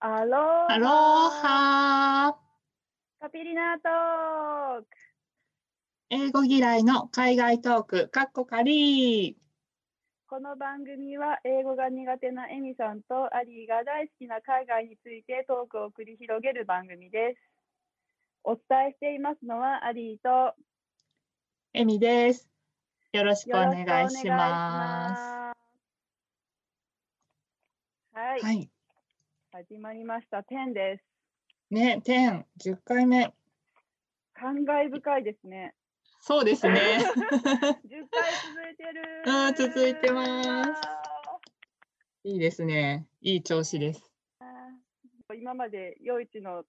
アローアロハカピリナートーク英語嫌いの海外トーク、カッコカリー。この番組は英語が苦手なエミさんとアリーが大好きな海外についてトークを繰り広げる番組です。お伝えしていますのはアリーとエミです。よろしくおよろ願しく。いしますはい、す。はい。始まりました。10です。ね、10、10回目。感慨深いですね。そうですね。 10回続いてる。うん続いてますいいですね。いい調子です。あー今まで夜市の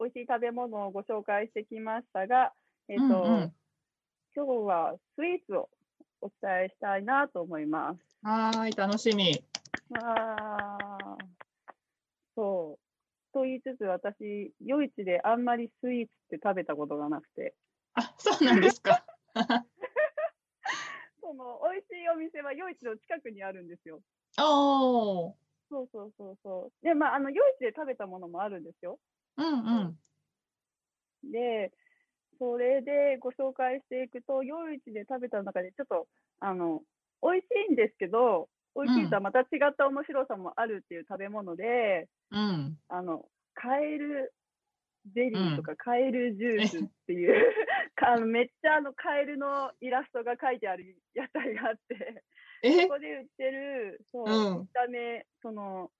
美味しい食べ物をご紹介してきましたが、えっとうん今日はスイーツをお伝えしたいなと思います。うん、はーい、楽しみ。あーそうと言いつつ私夜市であんまりスイーツって食べたことがなくてあ、そうなんで すか。その美味しいお店は夜市の近くにあるんですよ。おー。そうそうそうそう。でまああの夜市で食べたものもあるんですよ。うんうん。で、それでご紹介していくと、夜市で食べた中で、ちょっと、あの、美味しいんですけど、美味しいとはまた違った面白さもあるっていう食べ物で、うん。あの、カエルゼリーとか、カエルジュースっていう、 かあのめっちゃあのカエルのイラストが書いてある野菜があって、えそこで売ってる、そう、うん見た目、その、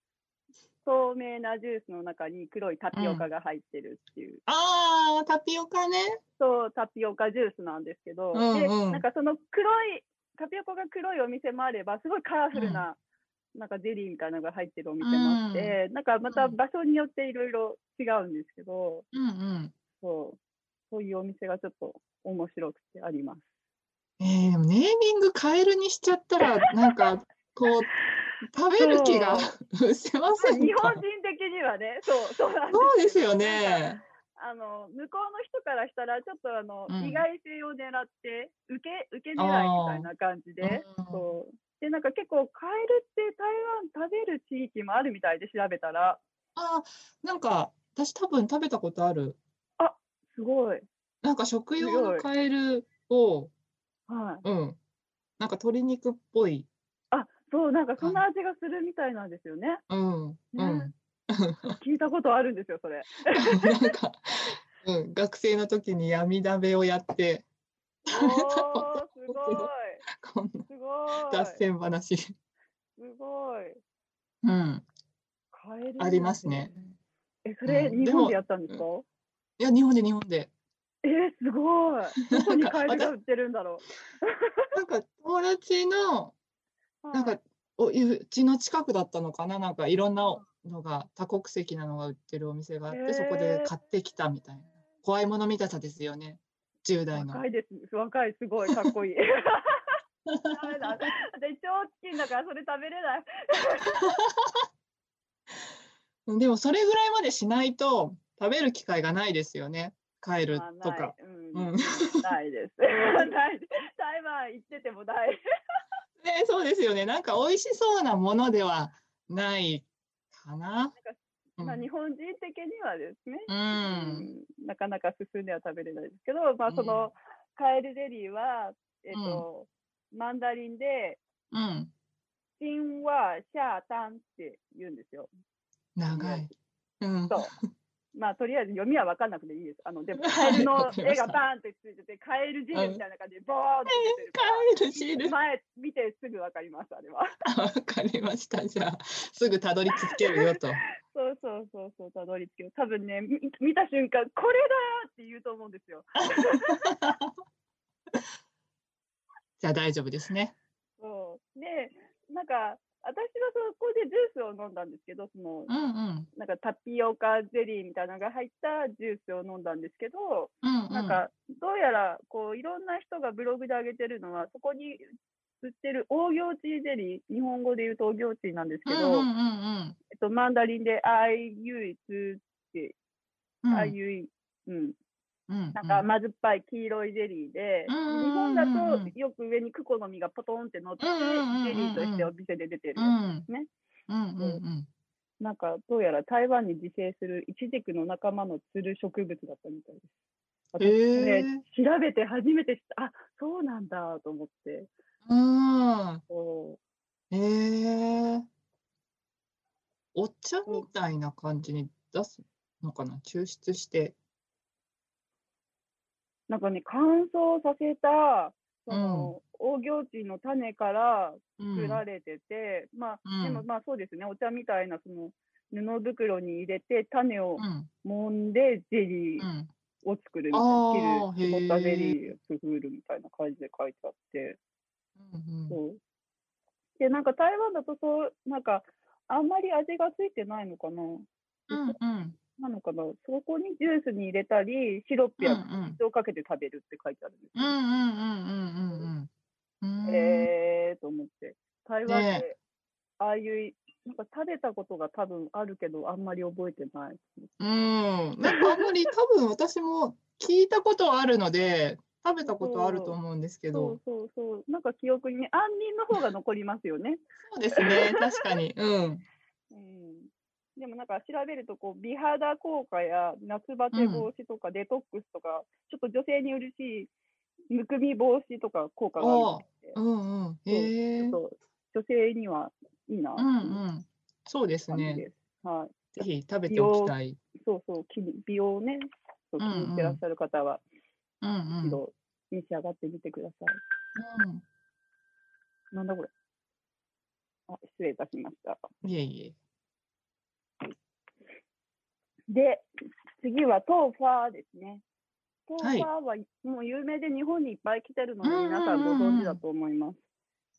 透明なジュースの中に黒いタピオカが入ってるっていう。あー、タピオカね。そうタピオカジュースなんですけど、うんうんでなんかその黒いタピオカが黒いお店もあればすごいカラフルな、なんかゼリーみたいなのが入ってるお店もあって、なんかまたうん場所によっていろいろ違うんですけど、うんうん。そうそういうお店がちょっと面白くてあります。えー、でもネーミングカエルにしちゃった ら、なんか、こう、食べる気が失せません日本か人的にはね、そうそうなんですそうですよなんかね。あの向こうの人からしたらちょっとあの、うん意外性を狙って受け受け狙いみたいな感じで、うんそうでなんか結構カエルって台湾食べる地域もあるみたいで調べたらあー、なんか、私多分食べたことある。すごい、なんか食用すごのいカエルを、はい、うん。なんか鶏肉っぽい。あそうなんかそんな味がするみたいなんですよねうん。うねん。聞いたことあるんですよそれ なんか、うん、学生の時に闇鍋をやって、おーすごいこんすごいな脱線話。すごいうん。カエルありますねえそれうん日で本もでやったんですか、いや、日本で日本で。えー、すごいどこにカエルなが売ってるんだろなんか友達の、うなんはかい、おいうちの近くだったのかななんかいろんなのが、多国籍なのが売ってるお店があって、そこで買ってきたみたいな。怖いもの見たさですよね。10代の。若いです若いすごいかっこいいダメだで超チキンだからそれ食べれないでもそれぐらいまでしないと食べる機会がないですよね。カエルまあとないか。うんうん ないです。ないです台湾行っててもない。ね、そうですよね。なんか美味しそうなものではないかな。うんまあ日本人的にはですね、うん。うんなかなか進んでは食べれないですけど、まあその、うんカエルゼリーは、えっ、と、マンダリンで、うん。チンはシャータンって言うんですよ。長い。うんそ。う。まあとりあえず読みは分かんなくていいです。あの、でもカエルの絵がバーンってついてて、カエルジールみたいな感じでボーンって出てるかカら、エルシール。前見てすぐ分かります、あれは。あわかりました。じゃあ、すぐたどり着けるよと。 そうそうそうそう、たどり着ける。多分ね、み見た瞬間、これだーって言うと思うんですよ。じゃあ大丈夫ですね。そうで、なんか、私はそこでジュースを飲んだんですけど、そのうんうん。なんかタピオカゼリーみたいなのが入ったジュースを飲んだんですけど、うんうん。なんか、どうやらこういろんな人がブログで上げてるのは、そこに売ってるオーギョーチーゼリー、日本語で言うとオーギョーチーなんですうけんうど、んうんえっと、マンダリンで、あいういつ、うん。あいうい、うん、うんなんか甘酸っぱい黄色いゼリーで、うんうんうんうん日本だとよく上にクコの実がポトンって乗って、うんうんうんうんゼリーとしてお店で出てるうやん。ねうんうんうん。なんかどうやら台湾に自生するイチジクの仲間のつる植物だったみたいです。私へえね、調べて初めて知った、あそうなんだと思って。うん。そうええお茶みたいな感じに出すのかな抽出して。なんかね、乾燥させた、その、黄行地の種からうん作られてて、まうあ、んでもまあそうですね、お茶みたいな、その、布袋に入れて、種をうん。揉んで、ゼリーうん。を作るみたいな、あー切る、絞ったへゼーリーをくぐるみたいな感じで書いてあって、うんうん。そう。で、なんか台湾だとそう、なんか、あんまり味がついてないのかなうんうん。なのかなそこにジュースに入れたり、シロップや水をかけて食べるって書いてあるんですうんうよ。んうんうんうんうん。ええーと思って。台湾ねで、ああいう、なんか食べたことが多分あるけど、あんまり覚えてない。うん。なんかあんまり多分私も聞いたことはあるので、食べたことはあると思うんですけそどう。そうそう。なんか記憶にね、杏仁の方が残りますよね。そうですね。 確かに。うん。うん。でもなんか調べると、こう、美肌効果や夏バテ防止とか、デトックスとか、ちょっと女性に嬉しい、むくみ防止とか効果があるみたいでうんうん。ええちょっと女性にはいいなってういんううん。そうです感じね。です。はい。ぜひ食べておきたい。そうそう、気に美容をね、そう気うんうに入っんてらっしゃる方は、うんうん一。度召し上がってみてください。うんなんだこれ。あ、失礼いたしました。いえいえ。で、次はトーファーですね。トーフはいァーはもう有名で日本にいっぱい来てるので、うんうんうんうん皆さんご存知だと思います。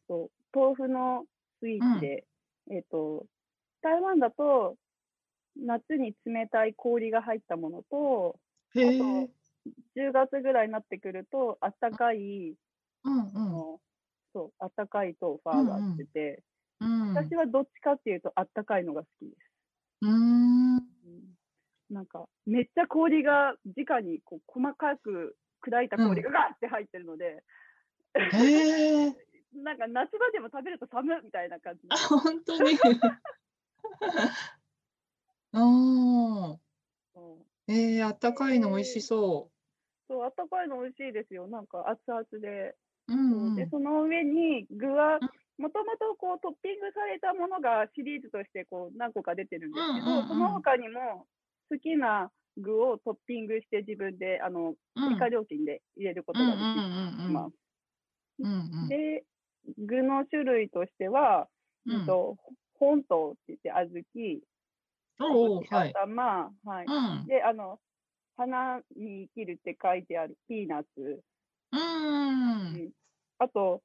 そう豆腐のスイーツで、えっ、と、台湾だと、夏に冷たい氷が入ったものと、へえ。うん10月ぐらいになってくると、あったかいうん。の、そう、あったかいとファーが売ってて、うん。私はどっちかっていうと、あったかいのが好きでうーん。す。なんか、めっちゃ氷が、直にこう細かく砕いた氷がガーって入ってるので、へえ。なんか夏場でも食べると寒いみたいな感じであ、本当に。 ああ。そうええ、あったかいの美味しそそう、あったかいの美味しいですよ。なんか熱々で。う。うんうでん。その上に具はうんもともとこうトッピングされたものがシリーズとしてこう何個か出てるんですけど、うんうんうんその他にも好きな具をトッピングして自分であのうん追加料金で入れるこうとんがうんでうんきます。うんうんで具の種類としては、うえっん。と本島って言って小おお豆、はい。頭、はいうん。であの花に生きるって書いてあるピーナッツ、うん。あと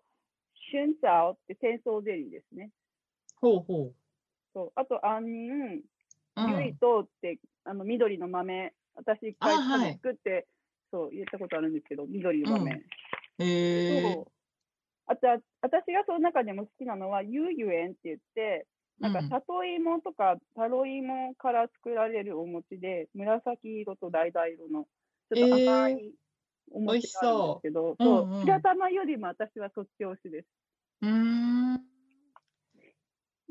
春草って戦争ゼリーですね。ほうほそうあと杏仁、う。うゆいん。とうって、あの緑の豆、私一回あはい多分作って、そう言ったことあるんですけど、緑の豆。へえ。そうあとは私がその中でも好きなのは、ゆうゆえんって言って、なんかうん里芋とかタロイモから作られるお餅で、紫色と橙色の、ちょっと甘えいお餅があるんですけど、美味しそうそううんうん白玉よりも私はそっち推しです。うーん。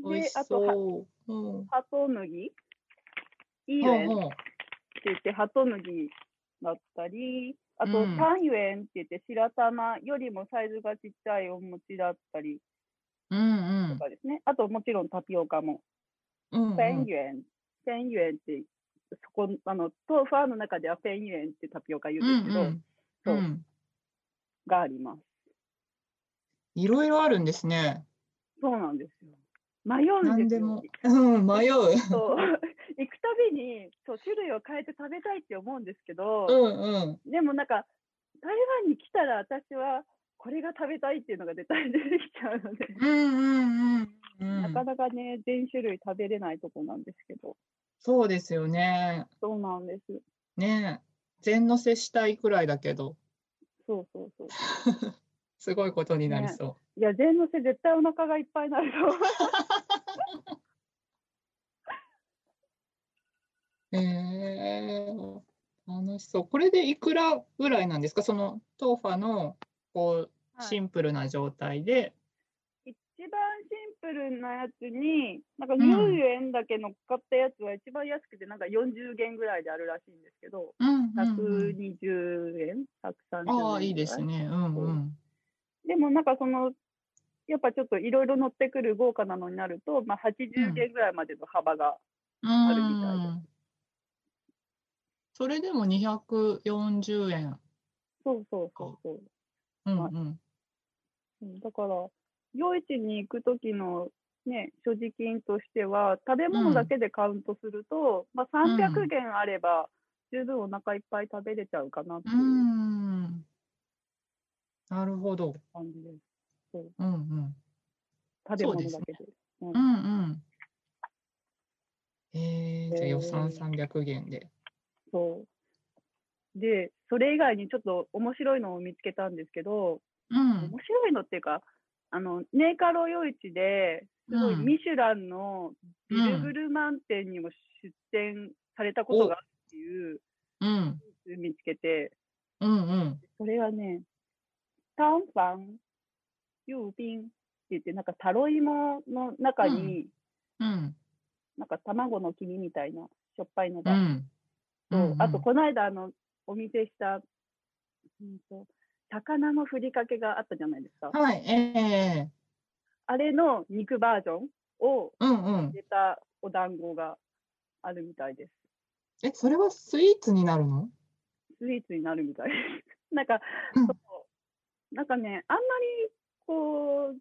美味でし、あとは、そう。うん。ハトヌギ、イーほユエうンほう。って言って、ハトヌギだったり、あと、うんタンユエンって言って、白玉よりもサイズがちっちゃいお餅だったりうんうとん。かですね。あと、もちろんタピオカも。うんうフェンん。ユエン。フェンユエンって、そこ、あの、とファーの中ではフェンユエンってタピオカ言ううんですんけど、うん。う。そうんがあります。いろいろあるんですね。そうなんですよ。迷うん何ですでよ。も。うん、迷う。そう行くたびにそう種類を変えて食べたいって思うんですけど、うんうん。でもなんか、台湾に来たら私はこれが食べたいっていうのが絶対出てきちゃうので、うんうんうんうん。なかなかね、全種類食べれないとこなんですけど、そうですよね。そうなんです。ねえ。全乗せしたいくらいだけど、そうそうそう。すごいことになりそいや、全のせ絶対お腹がいっぱいになるよ。う。へえ楽しそう。これでいくらぐらいなんですかその、トーファの、こう、はいシンプルな状態で。一番シンプルなやつに、なんか10円だけ乗っかったやつは一番安くて、なんか40元ぐらいであるらしいんですけど、うんうんうん、 120円、130円ぐらああ、いいですね。うんうん。でもなんかその、やっぱちょっといろいろ乗ってくる豪華なのになると、まあ、80元ぐらいまでの幅が、あるみたいでそれでも240円。そうそうそうそう。うんはうん。うんだから、夜市に行く時の、ね、所持金としては、食べ物だけでカウントすると、まあ、う300ん元あれば、十分お腹いっぱい食べれちゃうかなってういー。うんなるほど。感じです。うんうん。食べそう物ですだねけで。うんうん。えー、じゃあ予え算ー300元で。そう。で、それ以外にちょっと面白いのを見つけたんですけど、うん面。白いのっていうか、あの、ネイカロ夜市で、すごいうんミシュランのビルブルマン店にも出店されたことがあるっていう、うん。見つけて、うんうん。それはね、タンファン、ユーピンって言って、なんかタロイモの中に、うん。なんか卵の黄身みたいな、しょっぱいのうが。ん。とうんうんあと、この間、あの、お見せした、うんと、魚のふりかけがあったじゃないですか。はい、ええあれの肉バージョンをうんうん入。れたお団子があるみたいです。え、それはスイーツになるのスイーツになるみたいです。 なんか、うんそうなんかね、あんまりこう、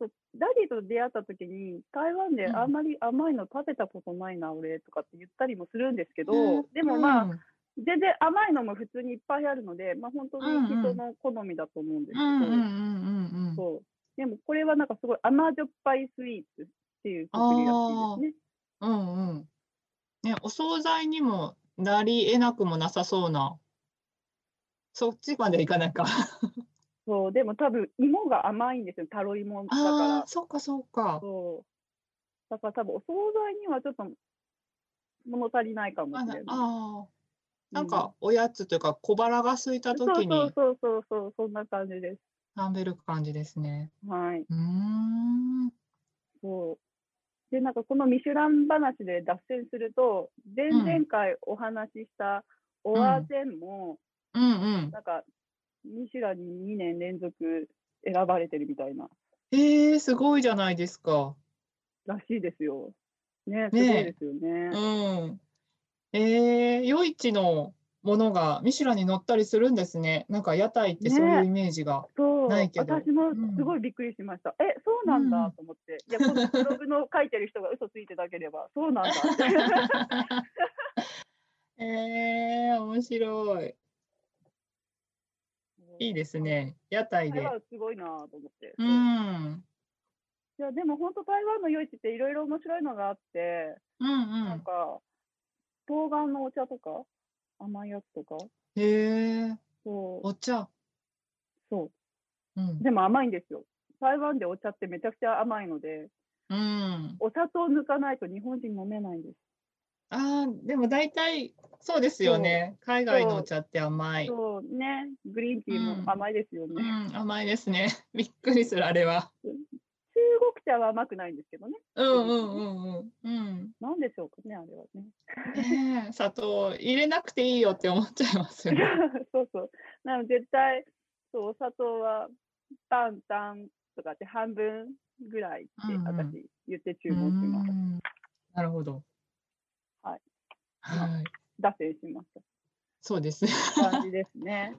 そうダディと出会った時に、台湾でうんあんまり甘いの食べたことないな、俺とかって言ったりもするんですけど、でもうまあ、ん全然甘いのも普通にいっぱいあるので、まあ本当にうんうん人の好みだと思うんですけうど、んうんうんうんうん。そう。でもこれはなんかすごい甘じょっぱいスイーツっていう作りらしいですね。うんうん。ね、お惣菜にもなり得なくもなさそうな。そっちまでいかな いか。そう、でも多分芋が甘いんですよ、タロイモだからああ、。そうかそうか。そう。だから多分お惣菜にはちょっと物足りないかもあしれなない。あー、なうんかおやつというか小腹が空いたそう時そうにそうそうそう、そんな感じです。食べる感じですね。はい。うーん。そう。で、なんかこのミシュラン話で脱線すると、前うん々回お話ししたオアゼンも、うんうん。なんかミシュランに2年連続選ばれてるみたいな、ええ、すごいじゃないですか。らしいですよ。ね、すごねえいですよね。うん。ええ、夜市のものがミシュランに載ったりするんですね。なんか屋台ってそういうねイメージ が。そう、ないけど私もうんすごいびっくりしました。え、そうなんうんだと思って。いや、このブログ の書いてる人が嘘ついてなければ、そうなんだって。ええ面白い。 いいですね。屋 台台で。湾すごいなと思って。ういん。や、でも本当台湾の夜市っていろいろ面白いのがあって、うんうなんん。か、冬瓜のお茶とか、甘いやつとか、へえそう、お茶。そううん。でも甘いんですよ。台湾でお茶ってめちゃくちゃ甘いので、うん。お砂糖抜かないと日本人飲めないんです。ああ、でも大体、そうですよね。海外のお茶って甘い。そうね、グリーンティーうんも甘いですよね。う中ん、甘いですね。 びっくりする、あれは。国茶は甘くないんですけどね。うんうんうんうん。うん。なんでしょうかね、あれはね。ねえ、砂糖入れなくていいよって思っちゃいます よね。そうそう。なので絶対、そう、お砂糖は、パンタンとかって半分ぐらいってうんうん私言って注う文します。ん。なるほど。はい。はい。脱線しましそうですね。た。感じですね。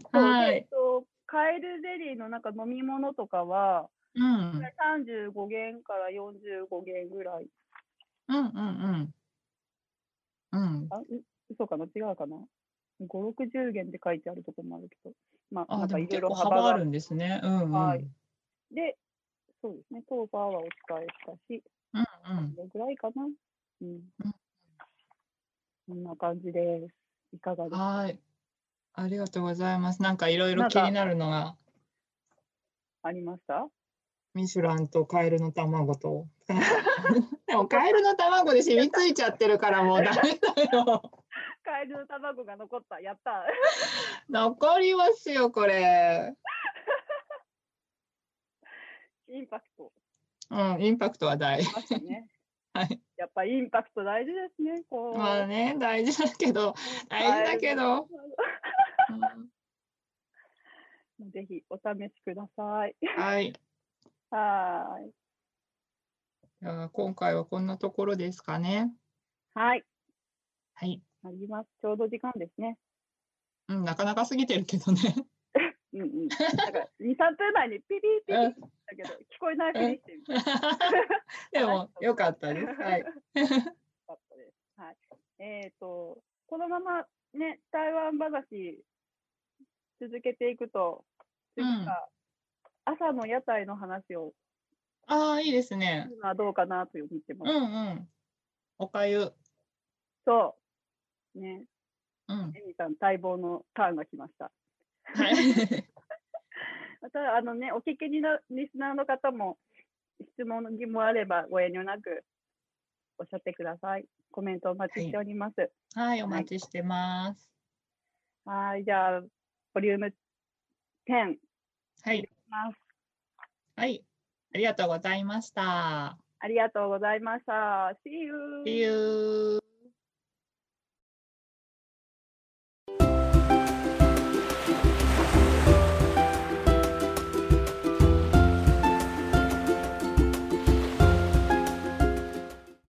そはいうでえっと、カエルゼリーのなんか飲み物とかは、うん。 35元から45元ぐらい。うんうんうん。うん。あ、う嘘かな違うかな ?5、60元って書いてあるところもあるけど。まあ、なあ、んでかもいろい結ろ構幅幅があるんですね。うんうん。はいで、そうですね、トーバーはお伝えしたし、うんどれぐらいかな。うんうん。こんな感じです。いかがでうん。すかはい。ありがとうございます。なんかいろいろなん気かになるのが、ありましたミシュランとカエルの 卵と。でもカエルの卵で染みついちゃってるからもうダメだ よ。カエルの卵が残った。やった。残りますよ、これ。インパクト。うん、インパクトは大。 ましたね。はい。やっぱインパクト大事ですね。こう。まあね、大事だけど、大事だけど。ぜひお試しください。うんはい。はーい。じゃあ今回はこんなところですかね。はい。はい。あります。ちょうど時間ですね。うん、なかなか過ぎてるけどね。うんうん。だから2、3分前にピリピリうだんけど、聞こえないふりしてみた。でも、よかっ たです。はい。よかったです。はい。えっ、と、このままね、台湾話続けていくと、次うんは朝の屋台の話をああ、いいですねす。るのはどうかなと思ってまうす。んうん。おかゆ。そう。ね、うん。エミさん待望のターンが来ました。はい。 また、あのね、お聞きになリスナーの方も質問の疑問あればご遠慮なくおっしゃってください。コメントお待ちしております。はい、お待ちしてます。はい、じゃあ、ボリューム10いきはい。ます。はい。ありがとうございました。ありがとうございました。See you! See you.